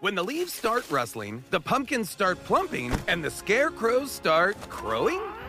When the leaves start rustling, the pumpkins start plumping, and the scarecrows start crowing?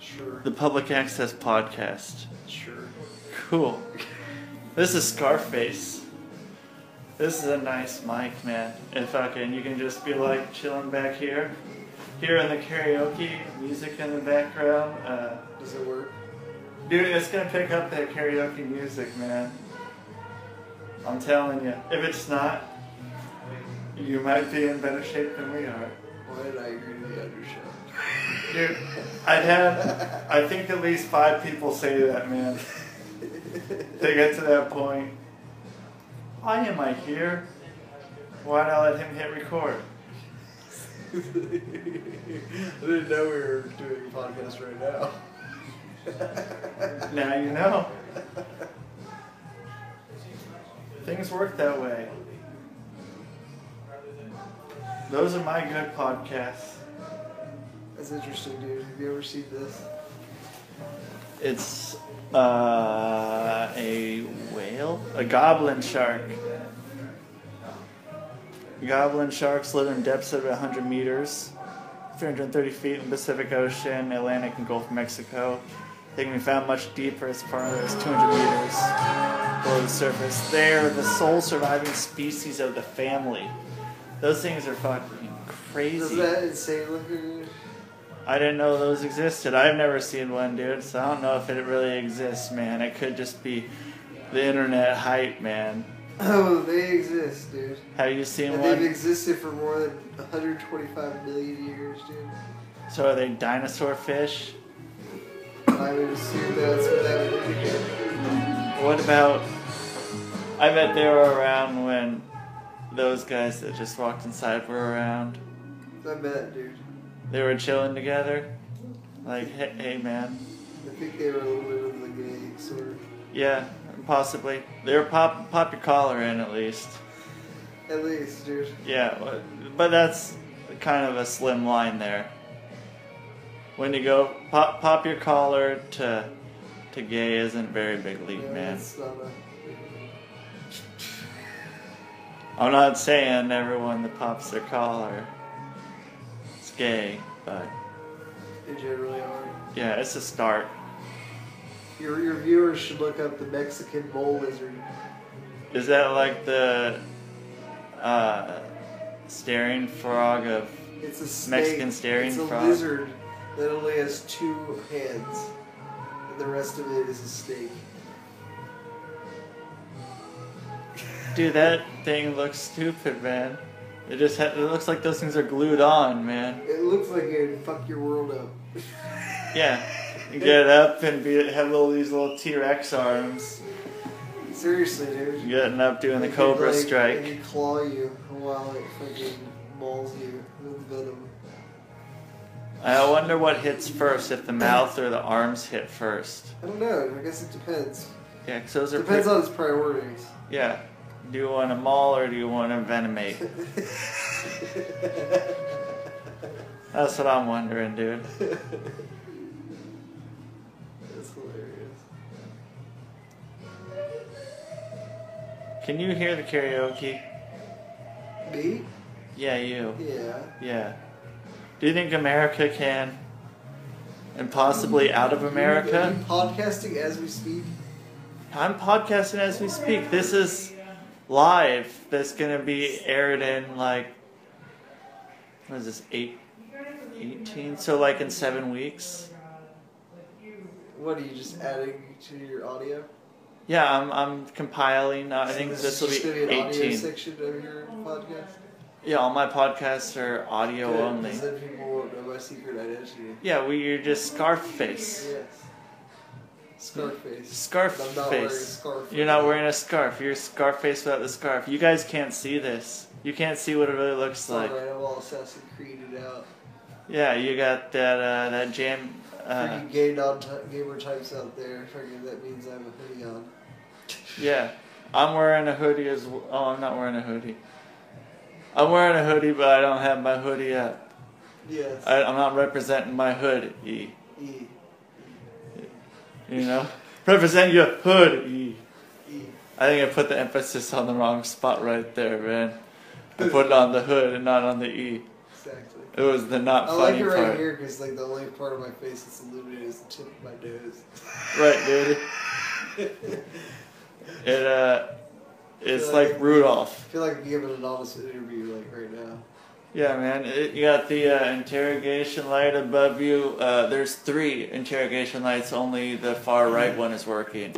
Sure. The Public Access Podcast. Sure. Cool. This is Scarface. This is a nice mic, man. If fucking you can just be like chilling back here, here in the karaoke, music in the background. Uh, Does it work? dude, it's gonna pick up that karaoke music, man. I'm telling you. If it's not, you might be in better shape than we are. Why did I agree to the undershow? Dude, I've had, I think at least five people say that, man. they get to that point. Why am I here? Why'd I let him hit record? I didn't know we were doing a podcast right now. Now you know. Things work that way. Those are my good podcasts. That's interesting, dude. Have you ever seen this? It's uh, a whale, a goblin shark. Goblin sharks live in depths of 100 meters, 330 feet in Pacific Ocean, Atlantic, and Gulf of Mexico. They can be found much deeper, as far as 200 meters below the surface. They are the sole surviving species of the family. Those things are fucking Is crazy. that insane looking? I didn't know those existed. I've never seen one, dude, so I don't know if it really exists, man. It could just be the internet hype, man. Oh, they exist, dude. Have you seen And they've one? existed for more than 125 million years, dude. So are they dinosaur fish? I would assume that's what that would be. What about. I bet they were around when those guys that just walked inside were around. I bet, dude. They were chilling together. Like, hey, hey man. I think they were a little bit of the gay sort of. Yeah, possibly. They were pop, pop your collar in at least. At least, dude. Yeah, wha- but that's kind of a slim line there. When you go pop pop your collar to to gay isn't a very big leap, Yeah, man. that's not a- I'm not saying everyone that pops their collar is gay, but They generally are. yeah, it's a start. Your, your viewers should look up the Mexican mole lizard. Is that like the uh, staring frog of? It's a snake. Mexican staring It's a frog. lizard that only has two hands, and the rest of it is a snake. Dude, that thing looks stupid, man. It just ha- it looks like those things are glued on, man. It looks like it would fuck your world up. Yeah. Get up and be, have little these little T Rex arms. Seriously, dude. Getting up doing the It could, Cobra like, Strike. It could claw you while it fucking mauls you with venom. I wonder what hits first, if the mouth or the arms hit first. I don't know. I guess it depends. Yeah, 'cause those are Depends pretty- on its priorities. Yeah. Do you want to maul or do you want to venomate? That's what I'm wondering, dude. That's hilarious. Can you hear the karaoke? Me? Yeah, you. Yeah. Yeah. Do you think America can? And possibly out of Are America? you podcasting as we speak? I'm podcasting as we speak. This is live. That's gonna be aired in like What is this? Eight, 18? So like in seven weeks? What are you just adding to your audio? Yeah, I'm, I'm compiling. Uh, I think This this is will be just gonna be an audio 18. section of your podcast. Yeah, all my podcasts are audio Good, only. 'cause Then people won't know my secret identity. Yeah, we, you're just Scarface. Yes. Scarface. I'm not wearing a Scarface. scarf. You're not wearing a scarf. You're Scarface without the scarf. You guys can't see this. You can't see what it really looks like. Alright, I'm all Assassin Creeded out. Yeah, you got that uh, that jam. For Uh, you gay non gamer types out there, fucking that means I have a hoodie on. yeah, I'm wearing a hoodie as. w Oh, I'm not wearing a hoodie. I'm wearing a hoodie, but I don't have my hoodie up. Yes. I, I'm not representing my hood. E. E. You know, represent your hood. E. E. I think I put the emphasis on the wrong spot right there, man. I put it on the hood and not on the E. Exactly. It was the not I like funny it part. right here because like the only part of my face that's illuminated is the tip of my nose. Right, dude. it uh, it's like Rudolph. I feel like I'm giving an honest interview like right now. Yeah, man. It, you got the uh, interrogation light above you. Uh, there's three interrogation lights. Only the far right one is working.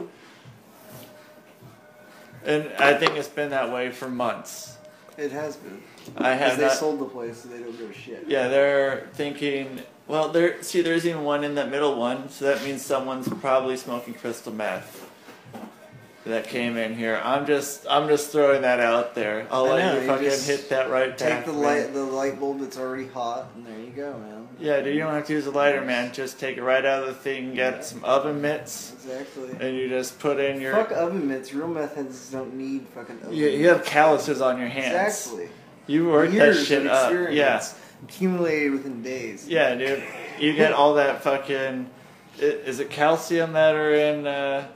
And I think it's been that way for months. It has been. I have Because they not. sold the place and they don't give a shit. yeah, they're thinking. Well, there. See, there's even one in that middle one, so that means someone's probably smoking crystal meth. That came in here. I'm just, I'm just throwing that out there. I'll I let know, you you fucking just hit that right Take back. the man. light, the light bulb that's already hot, and there you go, man. Yeah, dude, you don't have to use a lighter, man. Just take it right out of the thing. Get some oven mitts, Exactly. and you just put in your. Fuck oven mitts. Real meth heads don't need fucking oven. you, you have calluses on your hands. Exactly. You work Years that of shit up. Yeah. experience Accumulated within days. Yeah, dude. You get all that fucking. i- Is it calcium that are in uh,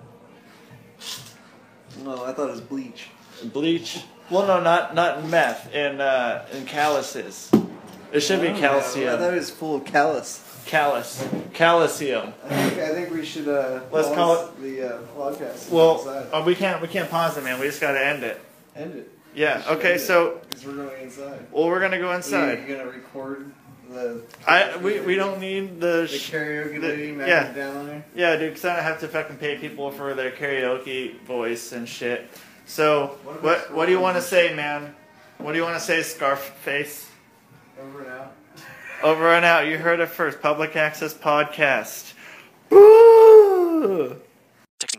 No, I thought it was bleach. bleach? Well, no, not not in meth. In uh, in calluses. It should be I don't know. I calcium. thought it was full of callus. Callus. Calcium. I think, I think we should. Uh, Let's pause call it- the uh, podcast. Well, Outside. uh, we can't we can't pause it, man. We just gotta end it. end it. Yeah. Okay. So, because we're going inside. well, we're gonna go Are inside. you gonna record the? I we, we don't need the, The sh- karaoke the- lady Mac yeah. down there. yeah, dude. Because I don't have to fucking pay people for their karaoke voice and shit. So What what about what, do you want to Scarface? say, man? What do you want to say, Scarface? Over and out. Over and out. You heard it first. Public access podcast. Boo! Texting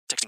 Texting